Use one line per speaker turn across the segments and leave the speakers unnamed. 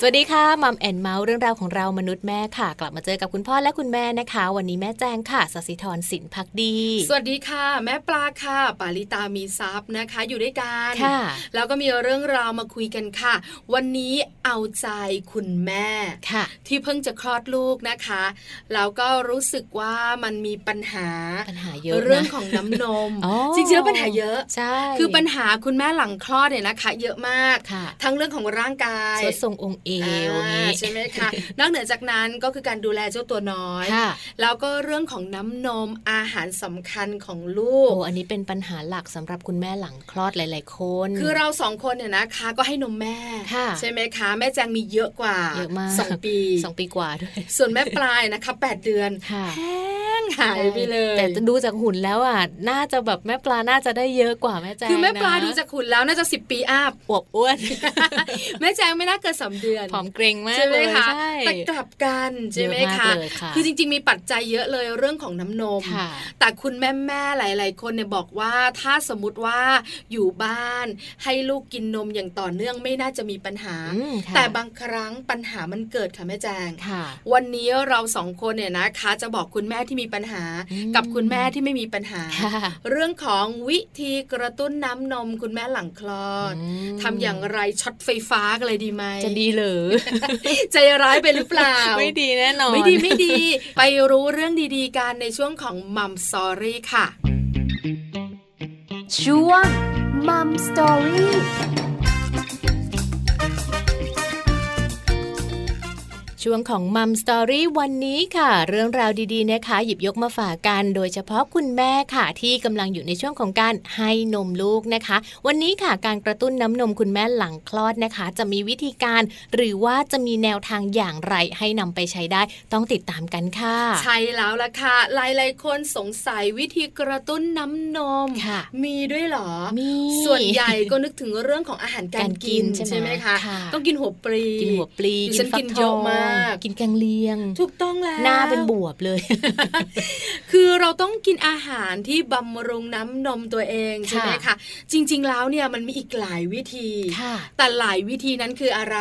สวัสดีค่ะมัมแอนเมาส์เรื่องราวของเรามนุษย์แม่ค่ะ กลับมาเจอกับคุณพ่อและคุณแม่นะคะ วันนี้แม่แจงค่ะสศิธรสินพักดี
สวัสดีค่ะ แม่ปลาค่ะ ปาริตามีซับนะคะ อยู่ด้วยกัน
ค่ะ
แล้วก็มีเรื่องราวมาคุยกันค่ะ วันนี้เอาใจคุณแม่
ค่ะ
ที่เพิ่งจะคลอดลูกนะคะแล้วก็รู้สึกว่ามันมีปัญหา
ปัญหาเยอะนะ
เรื่องของน้ำนม
อ๋อ
จริงๆแล้วปัญหาเยอะ
ใช่
คือปัญหาคุณแม่หลังคลอดเนี่ยนะคะ เยอะมาก
ค่ะ
ทั้งเรื่องของร่างกาย
สดทรงองค์เอว
อ่า
นี้
ใช่ไหม คะนอกเหนือจากนั้นก็คือการดูแลเจ้าตัวน้อย
ค่ะ
แล้วก็เรื่องของน้ำนมอาหารสำคัญของลู
โอ้
ก
อันนี้เป็นปัญหาหลักสำหรับคุณแม่หลังคลอดหลาย ๆ คน
คือเราสองคนเนี่ยนะคะก็ให้นมแม่
ค่ะ
ใช่ไหมคะ แม่แจงมีเยอะกว่า
เยอะมาก
สองปี
สองปีกว่าด้วย
ส่วนแม่ปลายนะคะแปดเดือน
ค่ะ
แห้งหายไปเลย
แต่จะดูจากหุ่นแล้วอ่ะน่าจะแบบแม่ปลาน่าจะได้เยอะกว่าแม่แจง
คือแม่ปลา
นะ
ดูจากขุนแล้วน่าจะสิบปีอัพ
อวบอ้วน
แม่แจงไม่น่าเกินสามเดือน
ผอมเกรงมาก
ใช่ไหม
เลย
คะ
ใช่
แต่กลับกันใช่ไหม
เยอะมา
คะ
กเลยค่ะ
อจริง ๆ มีปัจจัยเยอะเลยเรื่องของน้ำนม
ค่ะ
แต่คุณแม่แม่ๆหลาย ๆ คนเนี่ยบอกว่าถ้าสมมติว่าอยู่บ้าน ให้ลูกกินนมอย่างต่อเนื่องไม่น่าจะมีปัญหา
อืมค่ะ
แต่บางครั้งปัญหามันเกิดค่ะแม่แจง
ค่ะ
วันนี้เราสองคนเนี่ยนะคะ จะบอกคุณแม่ที่มีปัญหา
อืม
กับคุณแม่ที่ไม่มีปัญหา
ค่ะ
เรื่องของวิธีกระตุ้นน้ำนมคุณแม่หลังคลอด
ม
ทำอย่างไรช็อตไฟฟ้ากันเลยดีไหม
จะดีเหรือ
ใจร้ายไปหรือเปล่า
ไม่ดีแน่นอน
ไม่ดีไม่ดี ไปรู้เรื่องดีๆกันในช่วงของมัมสอรี่ค่ะ
ช่วงมัมสตอรี่
ช่วงของมัมสตอรี่วันนี้ค่ะ เรื่องราวดีๆนะคะ หยิบยกมาฝากกัน โดยเฉพาะคุณแม่ค่ะ ที่กำลังอยู่ในช่วงของการให้นมลูกนะคะ วันนี้ค่ะการกระตุ้นน้ำนมคุณแม่หลังคลอดนะคะ จะมีวิธีการ หรือว่าจะมีแนวทางอย่างไรให้นำไปใช้ได้ ต้องติดตามกันค่ะ
ใช่แล้วล่ะค่ะ หลายๆคนสงสัยวิธีกระตุ้นน้ำนม
ค่ะ
มีด้วยเหรอ
มี
ส่วนใหญ่ก็นึกถึงเรื่องของอาหารการกิน
การกินใช่ไหม
ใช่ไหมคะ
ค่ะ
ต้องกินหัวปลี
กินหัวปลี
ดิฉัน
ฟั
กินเยอะมาก
กินแกงเลียง
ถูกต้องแล้ว
หน้าเป็นบวบเลย
คือเราต้องกินอาหารที่บำรุงน้ำนมตัวเองใช่ไหม
ค่ะ
คะ จริง ๆ แล้วเนี่ยมันมีอีกหลายวิธี
ค่ะ
แต่หลายวิธีนั้นคืออะไร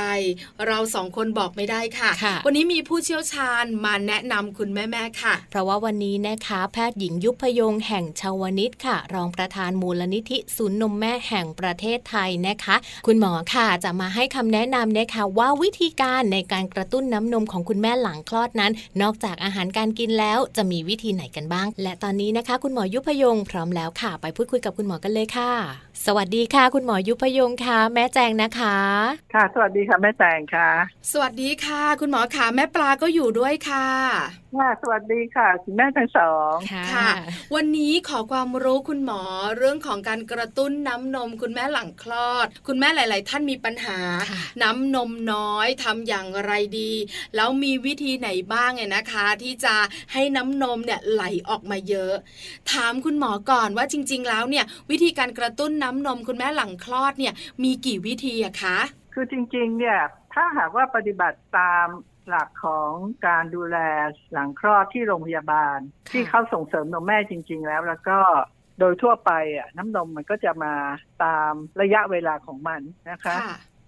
เราสองคนบอกไม่ได้ค่ะ
ค่ะ
วันนี้มีผู้เชี่ยวชาญมาแนะนำคุณแม่ๆค่ะ
เพราะว่าวันนี้นะคะ แพทย์หญิงยุพยงค์แห่งชาวนิตค่ะ รองประธานมูลนิธิศูนย์นมแม่แห่งประเทศไทยนะคะ คุณหมอค่ะจะมาให้คำแนะนำนะคะ ว่าวิธีการในการกระตุ้นน้ำนมของคุณแม่หลังคลอดนั้น นอกจากอาหารการกินแล้วจะมีวิธีไหนกันบ้าง และตอนนี้นะคะ คุณหมอยุพยงค์พร้อมแล้วค่ะ ไปพูดคุยกับคุณหมอกันเลยค่ะ สวัสดีค่ะ คุณหมอยุพยงค์ค่ะ แม่แจงนะคะ
ค่ะ สวัสดีค่ะ แม่แจงค่ะ
สวัสดีค่ะ คุณหมอค่ะแม่ปลาก็อยู่ด้วยค่ะ
ค่ะสวัสดีค่ะคุณแม่ทั้งสอง
ค่ะ วันนี้ขอความรู้คุณหมอเรื่องของการกระตุ้นน้ำนม คุณแม่หลังคลอด คุณแม่หลาย ๆ ท่านมีปัญหา
ค่ะ
น้ำนมน้อยทำอย่างไรดี แล้วมีวิธีไหนบ้างเนี่ยนะคะ ที่จะให้น้ำนมเนี่ยไหลออกมาเยอะ ถามคุณหมอก่อนว่าจริง ๆ แล้วเนี่ย วิธีการกระตุ้นน้ำนม คุณแม่หลังคลอดเนี่ยมีกี่วิธีอะคะ
คือจริง ๆ เนี่ย ถ้าหากว่าปฏิบัติตามหลักของการดูแลหลังคลอดที่โรงพยาบาล
ค่ะ
ที่เขาส่งเสริมนมแม่จริง ๆ แล้ว แล้วก็โดยทั่วไปอ่ะน้ำนมมันก็จะมาตามระยะเวลาของมันนะคะ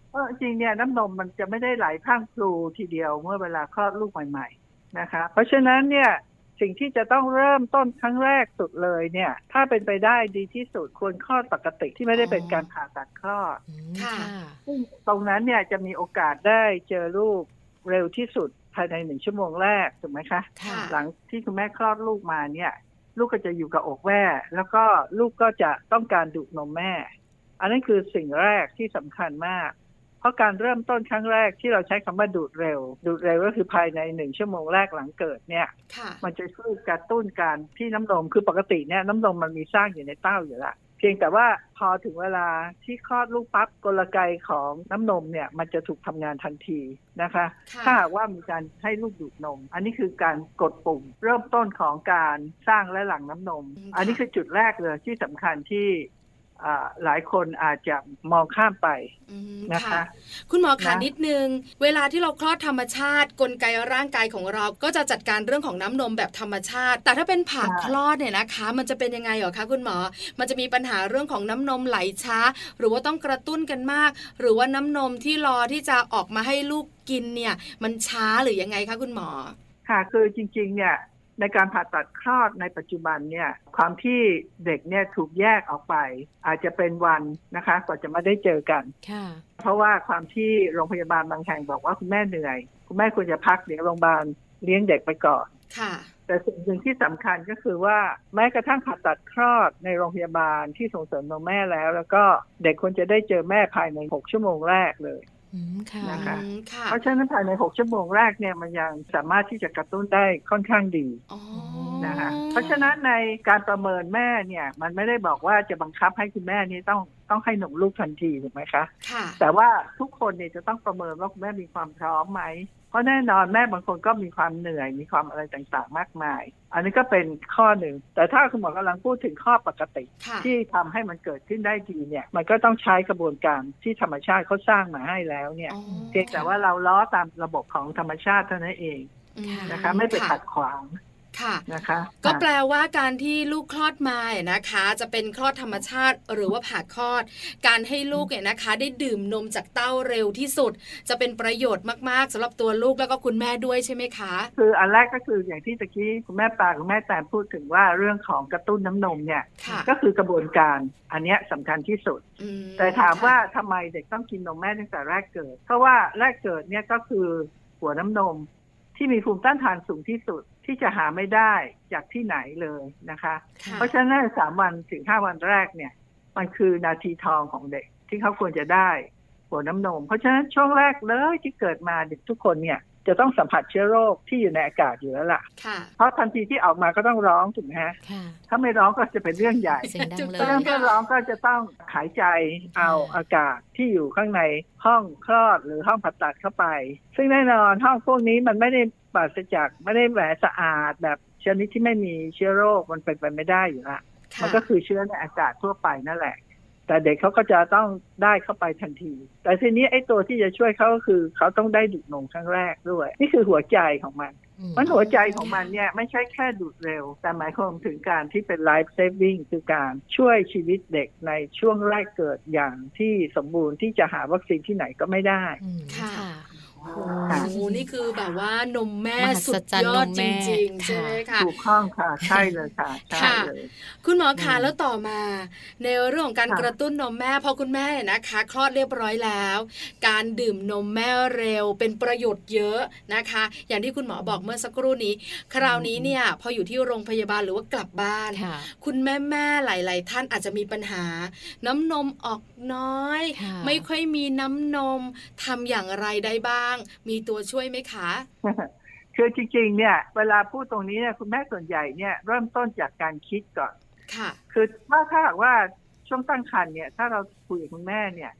เพราะจริงเนี่ยน้ำนมมันจะไม่ได้ไหลพรังพลูทีเดียวเมื่อเวลาคลอดลูกใหม่ๆนะคะ เพราะฉะนั้นเนี่ยสิ่งที่จะต้องเริ่มต้นครั้งแรกสุดเลยเนี่ย ถ้าเป็นไปได้ดีที่สุดควรคลอดปกติที่ไม่ได้เป็นการผ่าตัดคลอด
อืม
ซึ่งตรงนั้นเนี่ยจะมีโอกาสได้เจอลูกเร็วที่สุดภายในหนึ่งชั่วโมงแรกถูกไหมคะ
ค่ะ
หลังที่คุณแม่คลอดลูกมาเนี่ย ลูกก็จะอยู่กับอกแม่แล้วก็ลูกก็จะต้องการดูดนมแม่ อันนั้นคือสิ่งแรกที่สำคัญมาก เพราะการเริ่มต้นครั้งแรกที่เราใช้คำว่าดูดเร็ว ดูดเร็วก็คือภายในหนึ่งชั่วโมงแรกหลังเกิดเนี่ย
ค่ะ
มันจะช่วยกระตุ้นการที่น้ำนมคือปกติเนี่ยน้ำนมมันมีสร้างอยู่ในเต้าอยู่ละเพียงแต่ว่าพอถึงเวลาที่คลอดลูกปั๊บกลไกของน้ำนมเนี่ยมันจะถูกทำงานทันทีนะคะ
ค่ะ
ถ้าหากว่ามีการให้ลูกดูดนม อันนี้คือการกดปุ่ม เริ่มต้นของการสร้างและหลั่งน้ำนม อันนี้คือจุดแรกเลยที่สำคัญที่ อ่าหลายคนอาจจะมองข้ามไป
อืม
นะคะ
ค่ะ คุณหมอขา
นะ
นิดนึง เวลาที่เราคลอดธรรมชาติ กลไกร่างกายของเราก็จะจัดการเรื่องของน้ำนมแบบธรรมชาติ แต่ถ้าเป็นผ่าคลอดเนี่ยนะคะ มันจะเป็นยังไงเหรอคะคุณหมอ มันจะมีปัญหาเรื่องของน้ำนมไหลช้า หรือว่าต้องกระตุ้นกันมาก หรือว่าน้ำนมที่รอที่จะออกมาให้ลูกกินเนี่ย มันช้าหรือยังไงคะคุณหมอ
ค่ะคือจริงๆเนี่ยในการผ่าตัดคลอดในปัจจุบันเนี่ยความที่เด็กเนี่ยถูกแยกออกไป อาจจะเป็นวันนะคะกว่าจะมาได้เจอกัน
ค่ะ
เพราะว่าความที่โรงพยาบาลบางแห่งบอกว่าคุณแม่เหนื่อย คุณแม่ควรจะพักเดี๋ยวโรงพยาบาลเลี้ยงเด็กไปก่อน
ค่ะ
แต่สิ่งหนึ่งที่สำคัญก็คือว่าแม้กระทั่งผ่าตัดคลอดในโรงพยาบาลที่ส่งเสริมนมแม่แล้ว แล้วก็เด็กควรจะได้เจอแม่ภายใน 6 ชั่วโมงแรกเลย
อืมค่ะ
นะคะ
อืมค่ะ
เพราะฉะนั้นภายใน 6 ชั่วโมงแรกเนี่ยมันยังสามารถที่จะกระตุ้นได้ค่อนข้างดี
อ๋อ
นะคะ เพราะฉะนั้นในการประเมินแม่เนี่ยมันไม่ได้บอกว่าจะบังคับให้คุณแม่นี่ต้องต้องให้นมลูกทันทีถูกไหมคะ
ค่ะ
แต่ว่าทุกคนเนี่ยจะต้องประเมินว่าคุณแม่มีความพร้อมไหม เพราะแน่นอนแม่บางคนก็มีความเหนื่อย มีความอะไรต่างๆ มากมาย อันนี้ก็เป็นข้อหนึ่ง แต่ถ้าคุณหมอกำลังพูดถึงข้อปกติ
ค่ะ
ที่ทำให้มันเกิดขึ้นได้ดีเนี่ย มันก็ต้องใช้กระบวนการที่ธรรมชาติเขาสร้างมาให้แล้วเนี่ย
อ๋อ
เพียงแต่ว่าเราล้อตามระบบของธรรมชาติเท่านั้นเอง
อืม
นะคะ ไม่ไปขัดขวาง
ค่ะ
นะคะ
ก็แปลว่าการที่ลูกคลอดมาเนี่ยนะคะ จะเป็นคลอดธรรมชาติหรือว่าผ่าคลอด การให้ลูกเนี่ยนะคะ ได้ดื่มนมจากเต้าเร็วที่สุด จะเป็นประโยชน์มากๆสำหรับตัวลูกแล้วก็คุณแม่ด้วยใช่ไหมคะ
คืออันแรกก็คืออย่างที่ตะกี้คุณแม่ปลาคุณแม่แตนพูดถึงว่าเรื่องของกระตุ้นน้ำนมเนี่ย
ค่ะ
ก็คือกระบวนการอันเนี้ยสำคัญที่สุด
อื
แต่ถามว่าทำไมเด็กต้องกินนมแม่ตั้งแต่แรกเกิด เพราะว่าแรกเกิดเนี่ยก็คือหัวน้ำนมที่มีภูมิต้านทานสูงที่สุดที่จะหาไม่ได้จากที่ไหนเลยนะคะ
ค่ะ
เพราะฉะนั้นสามวันถึงห้าวันแรกเนี่ย มันคือนาทีทองของเด็กที่เขาควรจะได้หัวน้ำนม เพราะฉะนั้นช่วงแรกเลยที่เกิดมาเด็กทุกคนเนี่ยจะต้องสัมผัสเชื้อโรคที่อยู่ในอากาศอยู่แล้วล่ะ
ค่ะ
เพราะทันทีที่ออกมาก็ต้องร้องถูกไหมฮะ
ค่ะ
ถ้าไม่ร้องก็จะเป็นเรื่องใหญ่
เสียงดัง
จุด
เลย
ต้
เรื่อง
ค่ะ
เพื่อนร้องก็จะต้องหายใจเอาอากาศที่อยู่ข้างในห้องคลอดหรือห้องผ่าตัดเข้าไป ซึ่งแน่นอนห้องพวกนี้มันไม่ได้ปราศจากไม่ได้แหวสะอาดแบบชนิดที่ไม่มีเชื้อโรคมันเป็นไปไม่ได้อยู่ละ
ค่ะ
มันก็คือเชื้อในอากาศทั่วไปนั่นแหละ แต่เด็กเขาก็จะต้องได้เข้าไปทันที แต่ทีนี้ไอ้ตัวที่จะช่วยเขาก็คือเขาต้องได้ดูดนมครั้งแรกด้วย นี่คือหัวใจของมัน มันหัวใจของมันเนี่ยไม่ใช่แค่ดูดเร็ว แต่หมายความถึงการที่เป็น life saving คือการช่วยชีวิตเด็กในช่วงแรกเกิดอย่างที่สมบูรณ์ที่จะหาวัคซีนที่ไหนก็ไม่ได้
อืม
ค่ะ
ค่ะ
โอ้โหนี่คือแบบว่านมแม่
มหัศ
สุด
จรรย์
ยอน ด
ม
จ
แม่
ริงๆใช่ไหมคะ
ถูกข้องค่ะ ใช่เลยค่ะ ใช่
ค่ะ
เลย
คุณหมอคะ
อืม
แล้วต่อมา ในเรื่องของการ
ค่ะ
กระตุ้นนมแม่พอคุณแม่เนี่ยนะคะ คลอดเรียบร้อยแล้ว การดื่มนมแม่เร็วเป็นประโยชน์เยอะนะคะ อย่างที่คุณหมอบอกเมื่อสักครู่นี้ คราวนี้
อืม
เนี่ยพออยู่ที่โรงพยาบาลหรือว่ากลับบ้าน
ค่ะ
คุณแม่แม่ๆหลาย ๆ ท่านอาจจะมีปัญหา น้ำนมออกน้อย
ค่ะ
ไม่ค่อยมีน้ำนมทำอย่างไรได้บ้าง มีตัวช่วยไหมคะ
คือจริงๆเนี่ยเวลาพูดตรงนี้เนี่ยคุณแม่ส่วนใหญ่เนี่ยเริ่มต้นจากการคิดก่อน
ค่ะ
คือถ้าถ้าหากว่าช่วงตั้งครรภ์เนี่ย ถ้าเราคุยกับคุณแม่เนี่ย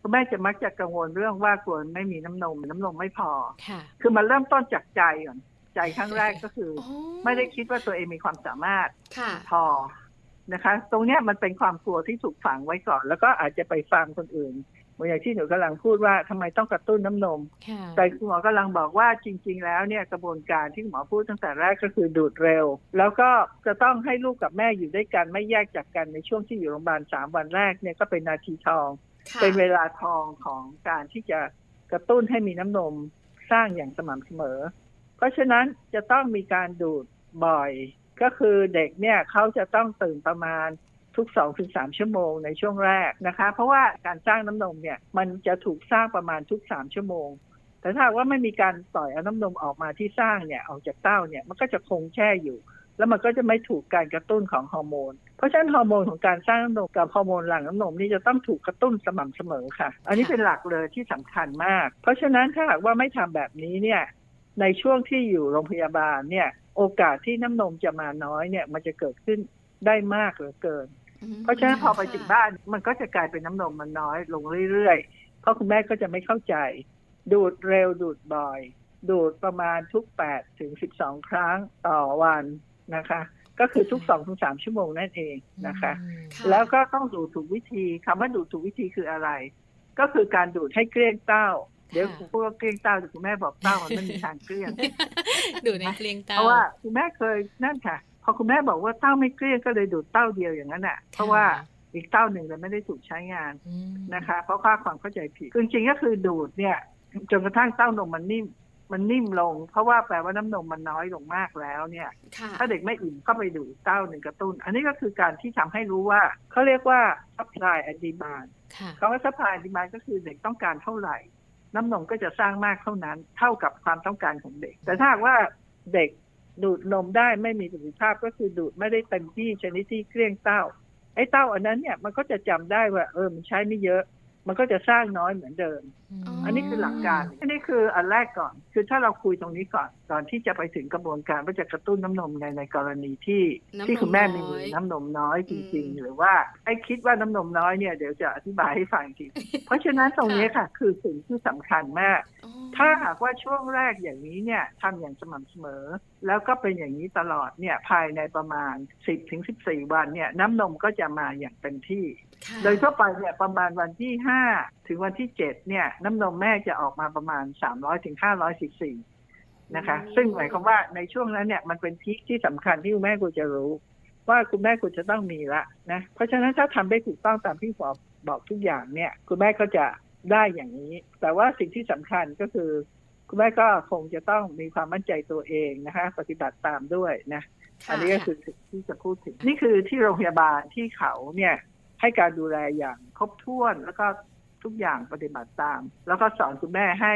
คุณแม่จะมักจะกังวลเรื่องว่ากลัวไม่มีน้ำนมน้ำนมไม่พอ
ค่ะ
คือมันเริ่มต้นจากใจก่อนใจครั้งแรกก็คือ
โอ้
ไม่ได้คิดว่าตัวเองมีความสามารถ
ค่ะ
พอนะคะ ตรงเนี้ยมันเป็นความกลัวที่ถูกฝังไว้ก่อน แล้วก็อาจจะไปฟังคนอื่นเหมือนอย่างที่หนูกำลังพูดว่าทำไมต้องกระตุ้นน้ำนม
ค่ะ
แต่คุณหมอกำลังบอกว่าจริง ๆ แล้วเนี่ยกระบวนการที่คุณหมอพูดตั้งแต่แรกก็คือดูดเร็ว แล้วก็จะต้องให้ลูกกับแม่อยู่ด้วยกันไม่แยกจากกันในช่วงที่อยู่โรงพยาบาลสามวันแรกเนี่ยก็เป็นนาทีทอง
ค่ะ
เป็นเวลาทองของการที่จะกระตุ้นให้มีน้ำนมสร้างอย่างสม่ำเสมอ เพราะฉะนั้นจะต้องมีการดูดบ่อย ก็คือเด็กเนี่ยเขาจะต้องตื่นประมาณทุก2อถึงสชั่วโมงในช่วงแรกนะคะ เพราะว่าการสร้างน้ำนมเนี่ยมันจะถูกสร้างประมาณทุก 3 ชั่วโมง แต่ถ้าหากว่าไม่มีการปล่อยเอาน้ำนมออกมาที่สร้างเนี่ยออกจากเต้าเนี่ยมันก็จะคงแช่อยู่ แล้วมันก็จะไม่ถูกการกระตุ้นของฮอร์โมน เพราะฉะนั้นฮอร์โมนของการสร้างน้ำนมกับฮอร์โมนหลั่งน้ำนมนี่จะต้องถูกกระตุ้นสม่ำเสมอค่ะ อันนี้
ค่ะ
เป็นหลักเลยที่สำคัญมาก เพราะฉะนั้นถ้าหากว่าไม่ทำแบบนี้เนี่ยในช่วงที่อยู่โรงพยาบาลเนี่ยโอกาสที่น้ำนมจะมาน้อยเนี่ยมันจะเกิดขึ้นได้มากเหลือเกิน
อืม
เพราะฉะนั้นพอไป
ค่ะ
ถึงบ้านมันก็จะกลายเป็นน้ำนมมันน้อยลงเรื่อยๆ เพราะคุณแม่ก็จะไม่เข้าใจ ดูดเร็วดูดบ่อย ดูดประมาณทุก 8 ถึง 12 ครั้งต่อวันนะคะ ก็คือทุกสองถึงสามชั่วโมงนั่นเองนะคะ
ค่ะ
แล้วก็ต้องดูดถูกวิธีคำว่าดูดถูกวิธีคืออะไร ก็คือการดูดให้เกลี้ยงเต้า เดี๋ยวคุณพูดว่าเกลี้ยงเต้าแต่คุณแม่บอกเต้ามันไม่มีทางเกลี้ยง
ดูในเกลียงเตา
เพราะว่าคุณแม่เคยนั่นค่ะ พอคุณแม่บอกว่าเต้าไม่เกลี้ยงก็เลยดูดเต้าเดียวอย่างนั้นอ่ะ เพราะว่าอีกเต้าหนึ่งมันไม่ได้ถูกใช้งาน
อืม
นะคะ เพราะค่าความเข้าใจผิดคือจริงๆก็คือดูดเนี่ยจนกระทั่งเต้านมมันนิ่ม มันนิ่มลง เพราะว่าแปลว่าน้ำนมมันน้อยลงมากแล้วเนี่ย
ค่ะ
ถ้าเด็กไม่อิ่มก็ไปดูดเต้าหนึ่งกระตุ้น อันนี้ก็คือการที่ทำให้รู้ว่าเขาเรียกว่า supply and demand
ค่ะ
คำว่า supply and demand ก็คือเด็กต้องการเท่าไหร่ น้ำนมก็จะสร้างมากเท่านั้น เท่ากับความต้องการของเด็ก แต่ถ้าหากว่าเด็กดูดนมได้ไม่มีประสิทธิภาพก็คือดูดไม่ได้เต็มที่ชนิดที่เกลี้ยงเต้าไอ้เต้าอันนั้นเนี่ยมันก็จะจำได้ว่าเออมันใช้ไม่เยอะ มันก็จะสร้างน้อยเหมือนเดิม
อืม
อันนี้คือหลักการ อันนี้คืออันแรกก่อน คือถ้าเราคุยตรงนี้ก่อน ก่อนที่จะไปถึงกระบวนการว่าจะกระตุ้นน้ำนมในในกรณีที่
น้ำนม
ที่คุณแม่มี
น้อย
น้ำนมน้อยจริง
อืม
ๆ หรือว่าไอ้คิดว่าน้ำนมน้อยเนี่ยเดี๋ยวจะอธิบายให้ฟังอีกที เพราะฉะนั้นตรงนี้ค่ะ คือสิ่งที่สำคัญมาก
อ๋อ
ถ้าหากว่าช่วงแรกอย่างนี้เนี่ยทำอย่างสม่ำเสมอ แล้วก็เป็นอย่างนี้ตลอดเนี่ยภายในประมาณ 10-14 วันเนี่ยน้ำนมก็จะมาอย่างเต็มที่
ค่ะ
โดยทั่วไปเนี่ยประมาณวันที่ห้าถึงวันที่เจ็ดเนี่ย น้ำนมแม่จะออกมาประมาณสามร้อยถึงห้าร้อยซีซีนะคะ ซึ่งหมายความว่าในช่วงนั้นเนี่ยมันเป็นพีคที่สำคัญที่คุณแม่ควรจะรู้ ว่าคุณแม่ควรจะต้องมีละนะเพราะฉะนั้นถ้าทำได้ถูกต้องตามที่หมอบอกทุกอย่างเนี่ย คุณแม่ก็จะได้อย่างนี้ แต่ว่าสิ่งที่สำคัญก็คือ คุณแม่ก็คงจะต้องมีความมั่นใจตัวเองนะคะ ปฏิบัติตามด้วยนะ
ค่ะ
อันนี้ก็คือสิ่งที่จะพูดถึง นี่คือที่โรงพยาบาลที่เขาเนี่ยให้การดูแลอย่างครบถ้วนแล้วก็ทุกอย่างปฏิบัติตาม แล้วก็สอนคุณแม่ให้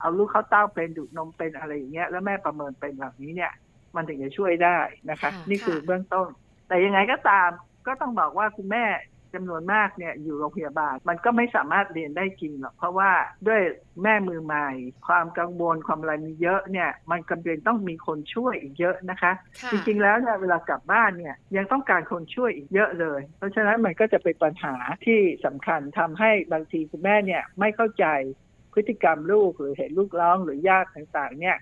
เอาลูกเข้าเต้าเป็นดูดนมเป็นอะไรอย่างเงี้ยแล้วแม่ประเมินเป็นแบบนี้เนี่ย มันถึงจะช่วยได้นะคะ
ค่ะ
นี่คือเบื้องต้น แต่ยังไงก็ตามก็ต้องบอกว่าคุณแม่จำนวนมากเนี่ยอยู่โรงพยาบาล มันก็ไม่สามารถเรียนได้จริงหรอกเพราะว่าด้วยแม่มือใหม่ ความกังวลความอะไรมีเยอะเนี่ยมันจำเป็นต้องมีคนช่วยอีกเยอะนะคะ
ค่ะ
จริงๆ แล้วเนี่ยเวลากลับบ้านเนี่ยยังต้องการคนช่วยอีกเยอะเลย เพราะฉะนั้นมันก็จะเป็นปัญหาที่สำคัญทำให้บางทีคุณแม่เนี่ยไม่เข้าใจพฤติกรรมลูกหรือเห็นลูกร้องหรือญาติต่างๆ เนี่ย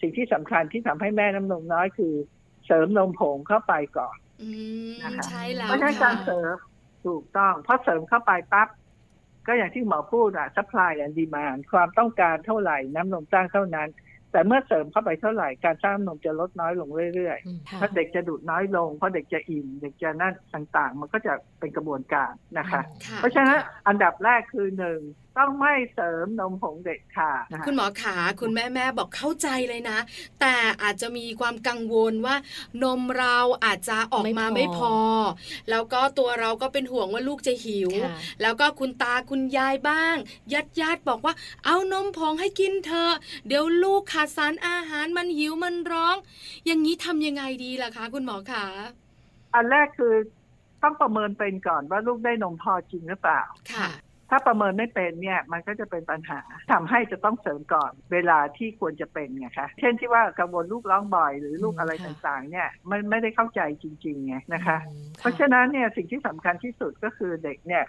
สิ่งที่สำคัญที่ทำให้แม่น้ำนมน้อยคือเสริมนมผงเข้าไปก่อน
อืม
นะคะ
ใช่แล้ว
เพราะฉะนั้น
ค่ะ
การเสริมถูกต้องเพราะเสริมเข้าไปปั๊บก็อย่างที่หมอพูดอะ supply and demand ความต้องการเท่าไหร่น้ำนมสร้างเท่านั้น แต่เมื่อเสริมเข้าไปเท่าไหร่การสร้างน้ำนมจะลดน้อยลงเรื่อยๆ
อืมค่ะ
ถ้าเด็กจะดูดน้อยลง เพราะเด็กจะอิ่มเด็กจะนั่นต่างๆ มันก็จะเป็นกระบวนการนะคะ
ค่ะ
เพราะฉะนั้นอันดับแรกคือหนึ่งต้องไม่เสริมนมผงเด็กค่ะนะคะ
คุณหมอขาคุณแม่แม่บอกเข้าใจเลยนะ แต่อาจจะมีความกังวลว่า นมเราอาจจะออกมาไม่พอ แล้วก็ตัวเราก็เป็นห่วงว่าลูกจะหิว
ค่ะ
แล้วก็คุณตาคุณยายบ้างญาติญาติๆบอกว่า เอานมผงให้กินเถอะเดี๋ยวลูกขาดสารอาหารมันหิวมันร้อง อย่างนี้ทำยังไงดีล่ะคะ คุณหมอขา
อันแรกคือต้องประเมินเป็นก่อนว่าลูกได้นมพอจริงหรือเปล่า
ค่ะ
ถ้าประเมินไม่เป็นเนี่ย มันก็จะเป็นปัญหาทำให้จะต้องเสริมก่อนเวลาที่ควรจะเป็นไงคะเช่นที่ว่ากังวลลูกร้องบ่อยหรือลูกอะไร
อืมค่ะ
ต่างๆ เนี่ยมันไม่ได้เข้าใจจริงๆไงนะคะ
อืม
เพราะฉะนั้นเนี่ยสิ่งที่สำคัญที่สุดก็คือเด็กเนี่ย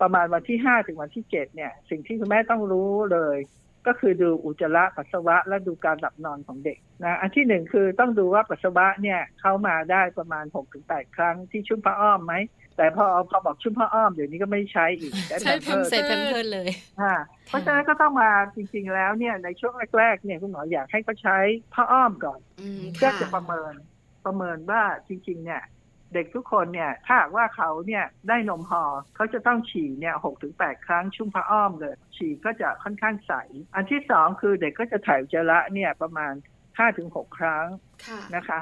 ประมาณวันที่ห้าถึงวันที่เจ็ดเนี่ย สิ่งที่คุณแม่ต้องรู้เลย ก็คือดูอุจจาระปัสสาวะและดูการหลับนอนของเด็กนะอันที่หนึ่งคือต้องดูว่าปัสสาวะเนี่ยเข้ามาได้ประมาณหกถึงแปดครั้งที่ชุ่มผ้าอ้อมไหมแต่พอพอบอกชุ่มผ้าอ้อมเดี๋ยวนี้ก็ไม่ใช้อีก
ใช้
ใช้
แพ
แพ
ม
มเพิร์ส
ใส่แพมเพิร์สเลย
อ่าเพราะฉะนั้นก็ต้องมาจริงๆแล้วเนี่ยในช่วงแรกๆเนี่ยคุณหมออยากให้เขาใช้ผ้าอ้อมก่อน
อืม
ก็
ค่ะ
จะประเมินประเมินว่าจริง ๆ เนี่ย เด็กทุกคนเนี่ย ถ้าหากว่าเขาเนี่ยได้นมพอเขาจะต้องฉี่เนี่ยหกถึงแปดครั้งชุ่มผ้าอ้อมเลย ฉี่ก็จะค่อนข้างใส อันที่สองคือเด็กก็จะถ่ายอุจจาระเนี่ยประมาณห้าถึงหกครั้ง
ค่ะ
นะคะ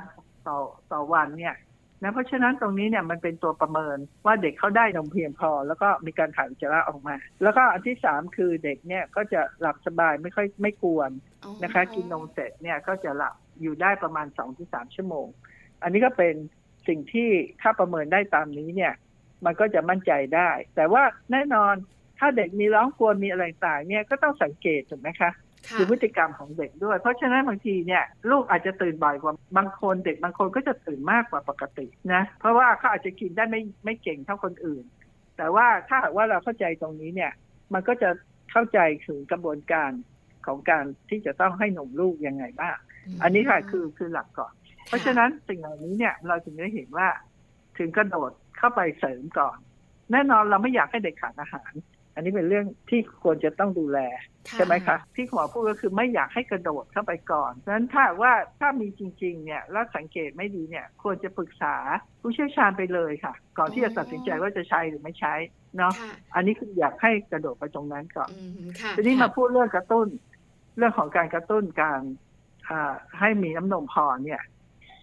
ต่อต่อวันเนี่ยนะเพราะฉะนั้นตรงนี้เนี่ยมันเป็นตัวประเมินว่าเด็กเขาได้นมเพียงพอ แล้วก็มีการถ่ายอุจจาระออกมา แล้วก็อันที่สามคือเด็กเนี่ยก็จะหลับสบายไม่ค่อยไม่กวน
อ๋อ
นะคะ กินนมเสร็จเนี่ยก็จะหลับอยู่ได้ประมาณสองถึงสามชั่วโมง อันนี้ก็เป็นสิ่งที่ถ้าประเมินได้ตามนี้เนี่ย มันก็จะมั่นใจได้ แต่ว่าแน่นอนถ้าเด็กมีร้องกวนมีอะไรต่างเนี่ยก็ต้องสังเกตถูกไหมคะ
ค่ะ
ดูพฤติกรรมของเด็กด้วย เพราะฉะนั้นบางทีเนี่ยลูกอาจจะตื่นบ่อยกว่าบางคนเด็กบางคนก็จะตื่นมากกว่าปกตินะ เพราะว่าเขาอาจจะกินได้ไม่ไม่เก่งเท่าคนอื่น แต่ว่าถ้าหากว่าเราเข้าใจตรงนี้เนี่ย มันก็จะเข้าใจถึงกระบวนการของการที่จะต้องให้นมลูกยังไงบ้าง อันนี้ค่ะคือคือหลักก่อน เพราะฉะนั้นสิ่งเหล่านี้เนี่ยเราถึงได้เห็นว่า ถึงกระโดดเข้าไปเสริมก่อน แน่นอนเราไม่อยากให้เด็กขาดอาหาร อันนี้เป็นเรื่องที่ควรจะต้องดูแล ใช่ไหมคะที่คุณหมอพูดก็คือไม่อยากให้กระโดดเข้าไปก่อนฉะนั้นถ้าว่าถ้ามีจริง ๆ เนี่ยแล้วสังเกตไม่ดีเนี่ย ควรจะปรึกษาผู้เชี่ยวชาญไปเลยค่ะ ก่อนที่จะตัดสินใจว่าจะใช้หรือไม่ใช้เนาะ
ค่ะ
อันนี้คืออยากให้กระโดดไปตรงนั้นก่อน
อืมค่ะ
ทีนี้มาพูดเรื่องกระตุ้น เรื่องของการกระตุ้นการอ่าให้มีน้ำนมพอเนี่ย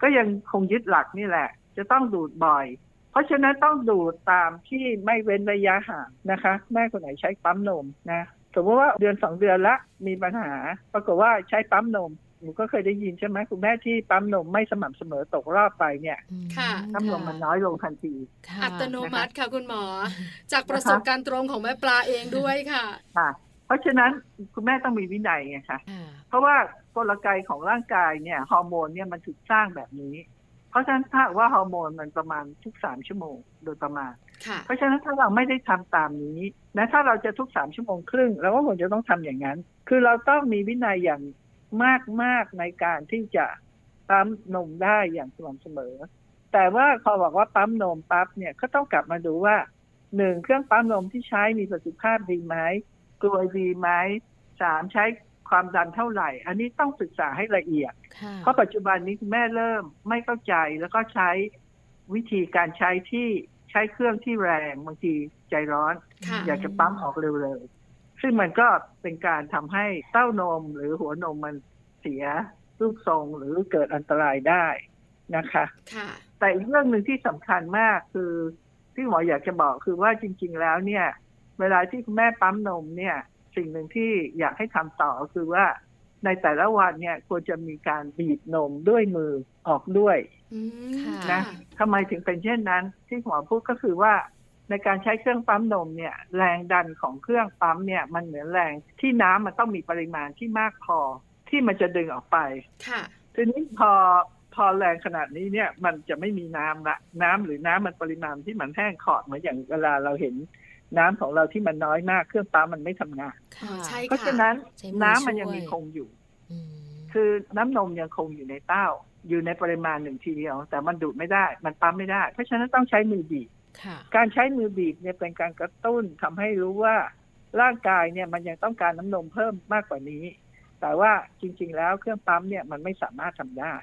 ก็ยังคงยึดหลักนี่แหละ จะต้องดูดบ่อย เพราะฉะนั้นต้องดูดตามที่ไม่เว้นระยะห่างนะคะ แม่คนไหนใช้ปั๊มนมนะสมมติว่าเดือนสองเดือนละมีปัญหา ปรากฏว่าใช้ปั๊มนมหนูก็เคยได้ยินใช่ไหมคุณแม่ที่ปั๊มนมไม่สม่ำเสมอตกรอบไปเนี่ย
อืม
น้ำนมมันน้อยลงทันที
ค่ะ
อัตโนมัติค่ะคุณหมอ จากประสบการณ์ตรงของแม่ปลาเองด้วยค่ะ
ค่ะ เพราะฉะนั้นคุณแม่ต้องมีวินัยไงคะ
อ่า
เพราะว่ากลไกของร่างกายเนี่ยฮอร์โมนเนี่ยมันถูกสร้างแบบนี้ เพราะฉะนั้นถ้าว่าฮอร์โมนมันประมาณทุกสามชั่วโมงโดยประมาณ
ค่ะ
เพราะฉะนั้นถ้าเราไม่ได้ทำตามนี้นะถ้าเราจะทุกสามชั่วโมงครึ่งเราก็ควรจะต้องทำอย่างนั้น คือเราต้องมีวินัยอย่างมากมากๆในการที่จะปั๊มนมได้อย่างสม่ำเสมอ แต่ว่าพอบอกว่าปั๊มนมปั๊บเนี่ยก็ต้องกลับมาดูว่าหนึ่งเครื่องปั๊มนมที่ใช้มีประสิทธิภาพดีไหมกลวยดีไหมสามใช้ความดันเท่าไหร่ อันนี้ต้องศึกษาให้ละเอียด
ค่ะ
เพราะปัจจุบันนี้คุณแม่เริ่มไม่เข้าใจแล้วก็ใช้วิธีการใช้ที่ใช้เครื่องที่แรงบางทีใจร้อน
ค่ะ
อยากจะปั๊มออกเร็วๆซึ่งมันก็เป็นการทำให้เต้านมหรือหัวนมมันเสียรูปทรงหรือเกิดอันตรายได้นะคะ
ค่ะ
แต่อีกเรื่องหนึ่งที่สำคัญมากคือที่หมออยากจะบอกคือว่าจริง ๆ แล้วเนี่ย เวลาที่คุณแม่ปั๊มนมเนี่ย สิ่งหนึ่งที่อยากให้ทำต่อก็คือว่าในแต่ละวันเนี่ยควรจะมีการบีบนมด้วยมือออกด้วย
อืม
นะ ทำไมถึงเป็นเช่นนั้น ที่หมอพูดก็คือว่า ในการใช้เครื่องปั๊มนมเนี่ย แรงดันของเครื่องปั๊มเนี่ยมันเหมือนแรงที่น้ำมันต้องมีปริมาณที่มากพอที่มันจะดึงออกไป
ค่ะ
ทีนี้พอพอแรงขนาดนี้เนี่ย มันจะไม่มีน้ำละน้ำหรือน้ำมันปริมาณที่มันแห้งขอดเหมือนอย่างเวลาเราเห็นน้ำของเราที่มันน้อยมากเครื่องปั๊มมันไม่ทำงาน
ค่ะ
ใช่
เพราะฉะนั้น
ใช้มือ
น้ำมันยัง
ช่วย
มีคงอยู่
อืม
คือน้ำนมยังคงอยู่ในเต้า อยู่ในปริมาณหนึ่งทีเดียว แต่มันดูดไม่ได้ มันปั๊มไม่ได้ เพราะฉะนั้นต้องใช้มือบีบ
ค่ะ
การใช้มือบีบเนี่ยเป็นการกระตุ้นทำให้รู้ว่าร่างกายเนี่ยมันยังต้องการน้ำนมเพิ่มมากกว่านี้ แต่ว่าจริง ๆ แล้วเครื่องปั๊มเนี่ยมันไม่สามารถทำได้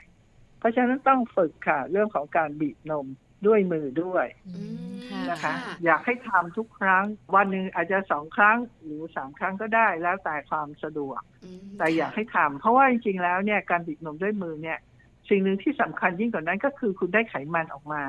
เพราะฉะนั้นต้องฝึกค่ะเรื่องของการบีบนมด้วยมือด้วย
อืมค่ะ
นะคะ
ค่ะ
อยากให้ทำทุกครั้ง วันหนึ่งอาจจะสองครั้งหรือสามครั้งก็ได้ แล้วแต่ความสะดวก
อืม
แต่อยากให้ทำเพราะว่าจริงๆ แล้วเนี่ยการบีบนมด้วยมือเนี่ย สิ่งหนึ่งที่สำคัญยิ่งกว่านั้นก็คือคุณได้ไขมันออกมา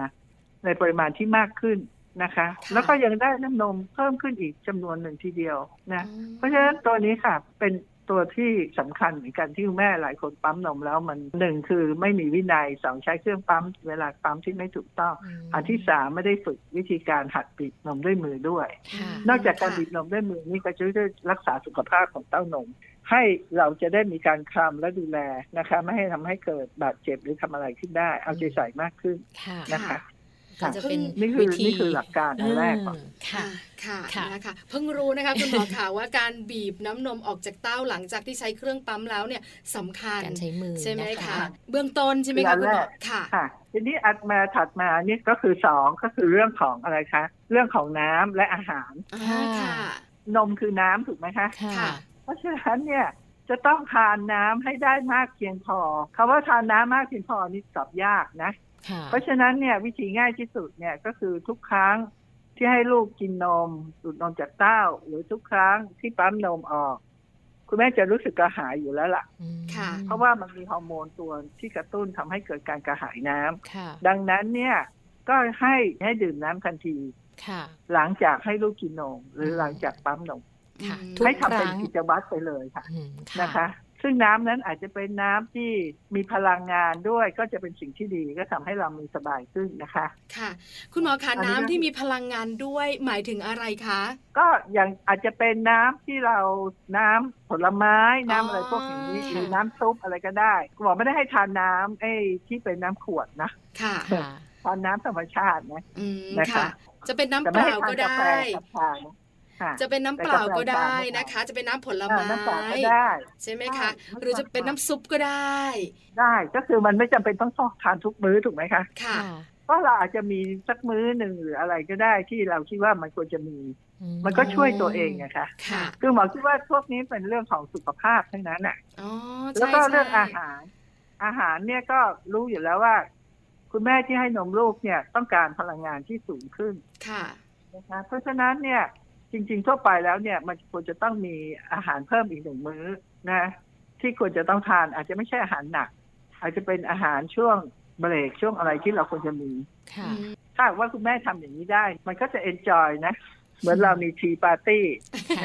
ในปริมาณที่มากขึ้นนะคะ
ะ
แล้วก็ยังได้น้ำนมเพิ่มขึ้นอีกจำนวนหนึ่งทีเดียวนะ
อืม
เพราะฉะนั้นตัวนี้ค่ะ เป็นตัวที่สำคัญเหมือนกันที่คุณแม่หลายคนปั๊มนมแล้วมันหนึ่งคือไม่มีวินัยสองใช้เครื่องปั๊มเวลาปั๊มที่ไม่ถูกต้อง
ม
อันที่สามไม่ได้ฝึกวิธีการหัดบีบนมด้วยมือด้วย
ค่ะ
นอกจากการ
ค่ะ
บีบนมด้วยมือนี่ก็จะช่วยรักษาสุขภาพของเต้านม ให้เราจะได้มีการคลำและดูแลนะคะ ไม่ให้ทำให้เกิดบาดเจ็บหรือทำอะไรขึ้นได้ เอาใจใส่มากขึ้น
ค่ะ
นะคะ
ก็จะเป็น
นี่คือ
วิธี
นี่คือหลักการอันแรกก่อน
อืมค่ะ
ค่ะ
ค่ะ
นะคะ เพิ่งรู้นะคะคุณหมอค่ะว่าการบีบน้ำนมออกจากเต้าหลังจากที่ใช้เครื่องปั๊มแล้วเนี่ยสำคัญ
การใช้มือ
ใช่ไหม
น
คะ เบื้องต้นใช่ไหมคะคุณหมอ ค่ะ
ค่ะ ทีนี้อัดมาถัดมานี่ก็คือสองก็คือเรื่องของอะไรคะ เรื่องของน้ำและอาหาร
อ่าค่ะ
นมคือน้ำถูกไหมคะ
ค่ะ
ค่ะ
เพราะฉะนั้นเนี่ยจะต้องทานน้ำให้ได้มากเพียงพอคำว่าทานน้ำมากเพียงพอนี่ตอบยากนะ
ค่ะ
เพราะฉะนั้นเนี่ยวิธีง่ายที่สุดเนี่ยก็คือทุกครั้งที่ให้ลูกกินนมดูดนมจากเต้า หรือทุกครั้งที่ปั๊มนมออก คุณแม่จะรู้สึกกระหายอยู่แล้วล่ะ
อืม
ค่ะ
เพราะว่ามันมีฮอร์โมนตัวที่กระตุ้นทำให้เกิดการกระหายน้ำ
ค่ะ
ดังนั้นเนี่ยก็ให้ให้ดื่มน้ำทันที
ค่ะ
หลังจากให้ลูกกินนม หรือ
ม
หลังจากปั๊มนม
ค่ะ
อืม
ทุก
ให้ทำ
ค
เป็น
รั้ง
กิจวัตรไปเลยค่ะ
อืม
นะคะ ซึ่งน้ำนั้นอาจจะเป็นน้ำที่มีพลังงานด้วยก็จะเป็นสิ่งที่ดีก็ทำให้เรามีสบายขึ้นนะคะ
ค่ะ คุณหมอคะ
อันนี้
น้ำที่มีพลังงานด้วยหมายถึงอะไรคะ
ก็อย่างอาจจะเป็นน้ำที่เราน้ำผลไม้น้ำอะไร
อ๋อ
พวกอย่างนี้
ค่ะ
หรือน้ำซุปอะไรก็ได้หมอไม่ได้ให้ทานน้ำไอ้ที่เป็นน้ำขวดนะ
ค่ะ
ค่ะ
ทานน้ำธรรมชาตินะ
อืม
นะคะ
ค่ะ จะเป็นน้ำ
แต่
เป
ไม่
ล่า
ให้
ก็ได้
ทานกาแฟกับชานะ ค่ะ
จะเป็นน้ำเปล่าก็ได้นะคะ จะเป็นน้ำผล
อ่า
ไม้
น้ำเปล่าก็ได้
ใช่ไหมคะ
ใช่
หรือจะเป็นน้ำซุปก็ได้
ได้ก็คือมันไม่จำเป็นต้องทานทุกมื้อถูกไหมคะ
ค่ะ
ก็เราอาจจะมีสักมื้อหนึ่งหรืออะไรก็ได้ที่เราคิดว่ามันควรจะมี
อื
มันก็ช่วยตัวเองไงคะ
ค่ะ
คือหมอคิดว่าพวกนี้เป็นเรื่องของสุขภาพทั้งนั้นน่ะ
อ๋อ
แล้
ใช่
วก็
ใช่
เรื่องอาหาร อาหารเนี่ยก็รู้อยู่แล้วว่า คุณแม่ที่ให้นมลูกเนี่ยต้องการพลังงานที่สูงขึ้น
ค่ะ
นะคะ เพราะฉะนั้นเนี่ยจริง ๆ ทั่วไปแล้วเนี่ยมันควรจะต้องมีอาหารเพิ่มอีกหนึ่งมื้อนะ ที่ควรจะต้องทานอาจจะไม่ใช่อาหารหนัก อาจจะเป็นอาหารช่วงเบรกช่วงอะไรที่เราควรจะมี
ค่ะ
ถ้าหากว่าคุณแม่ทำอย่างนี้ได้ มันก็จะเอนจอยนะ เหมือนเรามีทีปาร์ตี้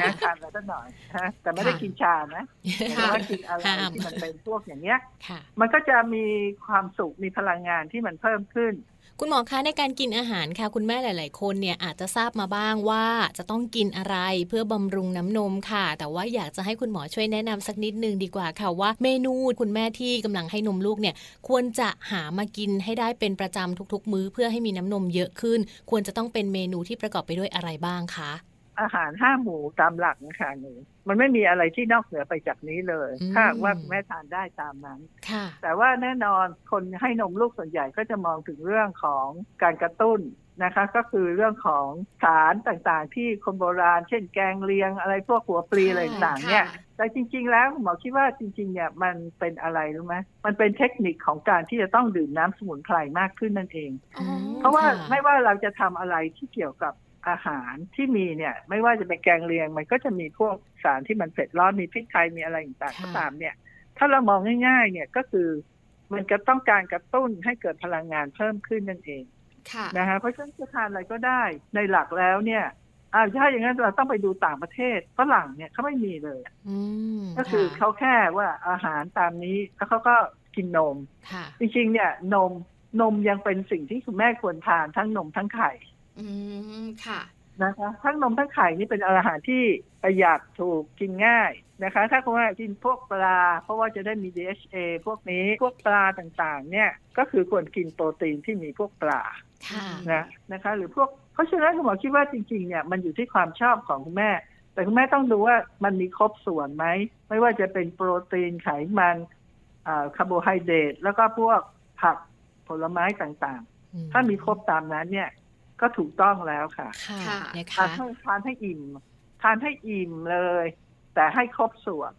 นะทานแล้วก็หน่อยนะ แต่ไม่ได้
ค่ะ
กินชานะแต่ว่ากินอะไร
ห้าม
ที่มันเป็นพวกอย่างเงี้ย
ค่ะ
มันก็จะมีความสุขมีพลังงานที่มันเพิ่มขึ้น
คุณหมอคะในการกินอาหารค่ะ คุณแม่หลาย ๆ คนเนี่ยอาจจะทราบมาบ้างว่าจะต้องกินอะไรเพื่อบำรุงน้ำนมค่ะ แต่ว่าอยากจะให้คุณหมอช่วยแนะนำสักนิดนึงดีกว่าค่ะว่าเมนูคุณแม่ที่กำลังให้นมลูกเนี่ย ควรจะหามากินให้ได้เป็นประจำทุก ๆ มื้อเพื่อให้มีน้ำนมเยอะขึ้น ควรจะต้องเป็นเมนูที่ประกอบไปด้วยอะไรบ้างคะ
อาหารห้าหมู่ตามหลักนะคะหนูมันไม่มีอะไรที่นอกเหนือไปจากนี้เลย ถ้าหากว่าคุณแม่ทานได้ตามนั้น
ค่ะ
แต่ว่าแน่นอนคนให้นมลูกส่วนใหญ่ก็จะมองถึงเรื่องของการกระตุ้นนะคะ ก็คือเรื่องของสารต่างๆ ที่คนโบราณ เช่นแกงเลียงอะไรพวกหัวปลีอะไรต่างๆเนี่ย
ค่ะ
แต่จริง ๆ แล้วหมอคิดว่าจริง ๆ เนี่ยมันเป็นอะไรรู้ไหมมันเป็นเทคนิคของการที่จะต้องดื่มน้ำสมุนไพรมากขึ้นนั่นเอง
อ๋อ
เพราะว่า
ค่ะ
ไม่ว่าเราจะทำอะไรที่เกี่ยวกับอาหารที่มีเนี่ย ไม่ว่าจะเป็นแกงเลียง มันก็จะมีพวกสารที่มันเผ็ดร้อนมีพริกไทยมีอะไรต่างๆ
ค่ะ
ก็ตามเนี่ย ถ้าเรามองง่าย ๆ เนี่ยก็คือมันก็ต้องการกระตุ้นให้เกิดพลังงานเพิ่มขึ้นนั่นเอง
ค่ะ
นะคะเพราะฉะนั้นจะทานอะไรก็ได้ในหลักแล้วเนี่ยอ้าวถ้าอย่างนั้นเราต้องไปดูต่างประเทศฝรั่งเนี่ยเขาไม่มีเลย
อืม
ก็คือ
ค่ะ
เขาแค่ว่าอาหารตามนี้แล้วเขาก็กินนม
ค่ะ
จริงๆเนี่ยนมนมยังเป็นสิ่งที่คุณแม่ควรทานทั้งนมทั้งไข่
อืมค่ะ
นะคะทั้งนมทั้งไข่นี่เป็นอาหารที่ประหยัดถูกกินง่ายนะคะ ถ้าคุณว่ากินพวกปลา เพราะว่าจะได้มี DHA พวกนี้พวกปลาต่างๆ เนี่ยก็คือควรกินโปรตีนที่มีพวกปลา
ค่ะ
นะนะคะ หรือพวกเพราะฉะนั้นคุณหมอคิดว่าจริงๆเนี่ยมันอยู่ที่ความชอบของคุณแม่ แต่คุณแม่ต้องดูว่ามันมีครบส่วนไหม ไม่ว่าจะเป็นโปรตีนไขมันคาร์โบไฮเดรตแล้วก็พวกผักผลไม้ต่างๆ ถ้ามีครบตามนั้นเนี่ยก็ถูกต้องแล้วค่ะ
ค่ะ
ค่ะ
นะ
ทา
คะ
นให้ทานให้อิ่ม ทานให้อิ่มเลย แต่ให้ครบส่วน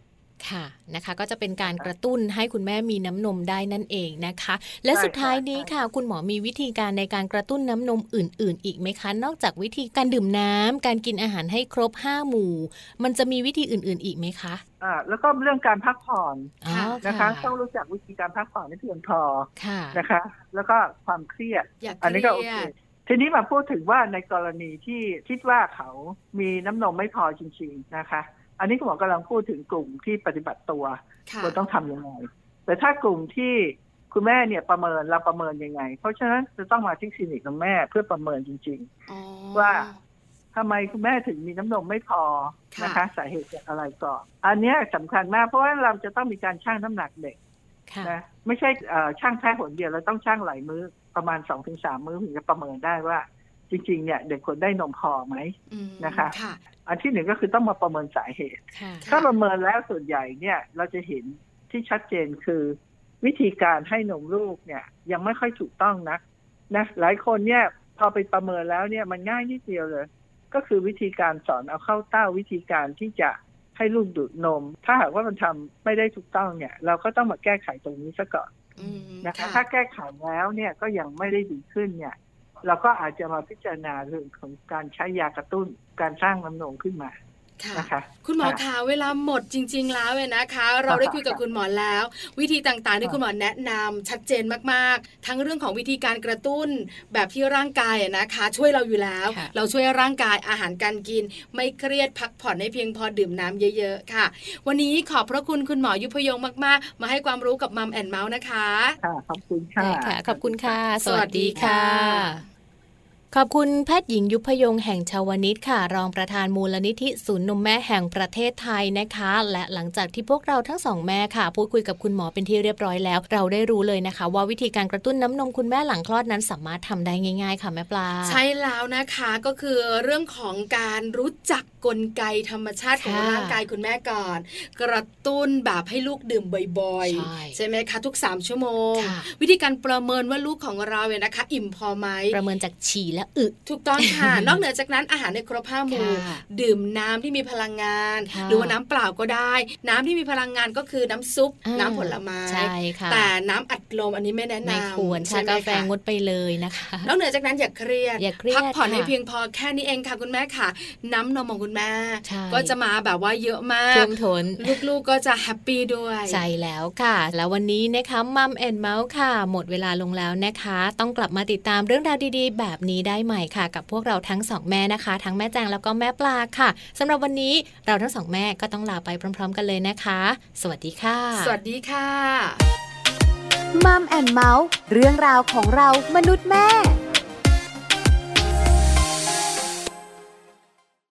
ค่ะนะคะ ก็จะเป็นการกระตุ้นให้คุณแม่มีน้ำนมได้นั่นเองนะคะ และ
ใช่
สุดท้าย
ค่ะ
นี้ค่ะ คุณหมอมีวิธีการในการกระตุ้นน้ำนมอื่น ๆ อีกไหมคะ นอกจากวิธีการดื่มน้ำการกินอาหารให้ครบห้าหมู่ มันจะมีวิธีอื่น ๆ อีกไหมคะ
อ่าแล้วก็เรื่องการพักผ่อน
อ๋อ
นะคะ ต้องรู้จักวิธีการพักผ่อนให้เพียงพอ
ค่ะ
นะคะ แล้วก็ความเครียด
อย่าเค
อันนี้ก็โอ
รีย
เค
ด
ทีนี้มาพูดถึงว่าในกรณีที่คิดว่าเขามีน้ำนมไม่พอจริง ๆนะคะ อันนี้คุณหมอกำลังพูดถึงกลุ่มที่ปฏิบัติตัว
ค่ะ
ควรต้องทำยังไง แต่ถ้ากลุ่มที่คุณแม่เนี่ยประเมินเราประเมินยังไง เพราะฉะนั้นจะต้องมาที่คลินิกของแม่เพื่อประเมินจริง ๆ
อ๋อ
ว่า ทำไมคุณแม่ถึงมีน้ำนมไม่พอ
ค่ะ
นะคะสาเหตุจากอะไรก่อนอันเนี้ยสำคัญมากเพราะว่าเราจะต้องมีการชั่งน้ำหนักเด็ก
ค่ะ
นะไม่ใช่เอ่อชั่งแค่หนเดียวเราต้องชั่งหลายมื้อประมาณสองถึงสามมื้อถึงจะประเมินได้ว่า จริงๆเนี่ยเด็กควรได้นมพอไหม
อืม
นะคะ
ค่ะ
อันที่หนึ่งก็คือต้องมาประเมินสาเหตุ
ค่ะ
ะ
ถ้าประเมินแล้วส่วนใหญ่เนี่ยเราจะเห็นที่ชัดเจนคือ วิธีการให้นมลูกเนี่ยยังไม่ค่อยถูกต้องนะนะหลายคนเนี่ยพอไปประเมินแล้วเนี่ยมันง่ายนิดเดียวเลย ก็คือวิธีการสอนเอาเข้าเต้าวิธีการที่จะให้ลูกดูดนม ถ้าหากว่ามันทำไม่ได้ถูกต้องเนี่ย เราก็ต้องมาแก้ไขตรงนี้ซะก่อน
อืม
นะคะ
ค่ะ
ถ้าแก้ไขแล้วเนี่ยก็ยังไม่ได้ดีขึ้นเนี่ย เราก็อาจจะมาพิจารณาเรื่องของการใช้ยากระตุ้นการสร้างน้ำนมขึ้นมา
ค่ะ
นะคะ
คุณหมอคะเวลาหมดจริง ๆ แล้วเนี่ยนะคะ เราได้คุยกับคุณหมอแล้ว วิธีต่างๆที่
ค่ะ
คุณหมอแนะนำชัดเจนมากๆ ทั้งเรื่องของวิธีการกระตุ้นแบบที่ร่างกายอะนะคะ ช่วยเราอยู่แล้ว
ค่ะ
เราช่วยร่างกายอาหารการกิน ไม่เครียดพักผ่อนให้เพียงพอดื่มน้ำเยอะๆค่ะ วันนี้ขอบพระคุณคุณหมอยุพยงค์มากๆ มาให้ความรู้กับมัมแอนเมาส์นะคะ
ค่ะขอบคุณค่ะ
ได้ค่ะ ขอบคุณค่ะ สวัสดีค่ะ ขอบคุณแพทย์หญิงยุพยงแห่งชาวนิตค่ะ รองประธานมูลนิธิศูนย์นมแม่แห่งประเทศไทยนะคะ และหลังจากที่พวกเราทั้งสองแม่ค่ะ พูดคุยกับคุณหมอเป็นที่เรียบร้อยแล้ว เราได้รู้เลยนะคะ ว่าวิธีการกระตุ้นน้ำนมคุณแม่หลังคลอดนั้นสามารถทำได้ง่าย ๆ ค่ะแม่ปลา
ใช่แล้วนะคะก็คือเรื่องของการรู้จักกลไกธรรมชาติของ
ค่ะ
ร่างกายคุณแม่ก่อน กระตุ้นแบบให้ลูกดื่มบ่อย
ใช่
ๆ ใช่ไหมคะทุก 3 ชั่วโมง
ค่ะ
วิธีการประเมินว่าลูกของเราเนี่ยนะคะ อิ่มพอไหม
ประเมินจากฉี่และอึ
ถูกต้อง ค่ะ นอกเหนือจากนั้นอาหารในครบห้าหมู่
ค่ะ
ดื่มน้ำที่มีพลังงาน
ค่ะ
หรือว่าน้ำเปล่าก็ได้ น้ำที่มีพลังงานก็คือน้ำซุป
อ่า
น้ำผลไม้
ใช่ค่ะ
แต่น้ำอัดลมอันนี้ไม่แนะนำ
ไม่ควรชา
ใช่ไหม
กาแฟ
คะ
งดไปเลยนะคะ
นอกเหนือจากนั้นอย่าเครียด
อย่าเครียด
พัผ่อนให้
ค่ะ
เพียงพอแค่นี้เองค่ะคุณแม่ค่ะ น้ำนมของคุณแม่
ใช่
ก็จะมาแบบว่าเยอะมา
ท่
ก
วมทน
ลูกๆก็จะแฮปปี้ด้วย
ใช่แล้วค่ะ แล้ววันนี้นะคะมัมแอนเมาส์ค่ะ หมดเวลาลงแล้วนะคะ ต้องกลับมาติดตามเรื่องราวดีๆ แบบนี้ได้ใหม่ค่ะ กับพวกเราทั้งสองแม่นะคะ ทั้งแม่แจงแล้วก็แม่ปลาค่ะสำหรับวันนี้เราทั้งสองแม่ก็ต้องลาไปพร้อม ๆ กันเลยนะคะ สวัสดีค่ะ
สวัสดีค่ะ
มัมแอนเมาส์เรื่องราวของเรามนุษย์แม่